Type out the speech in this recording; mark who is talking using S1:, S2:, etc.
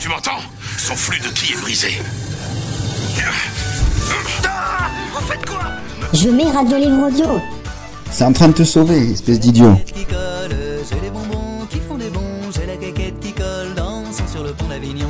S1: Tu m'entends Son flux de qui est brisé. Ah Vous faites quoi
S2: Je mets Radio Livre Audio.
S3: C'est en train de te sauver, espèce d'idiot.
S4: qui colle, j'ai les bonbons qui font des bons, j'ai la caquette qui colle, dansant sur le pont d'Avignon.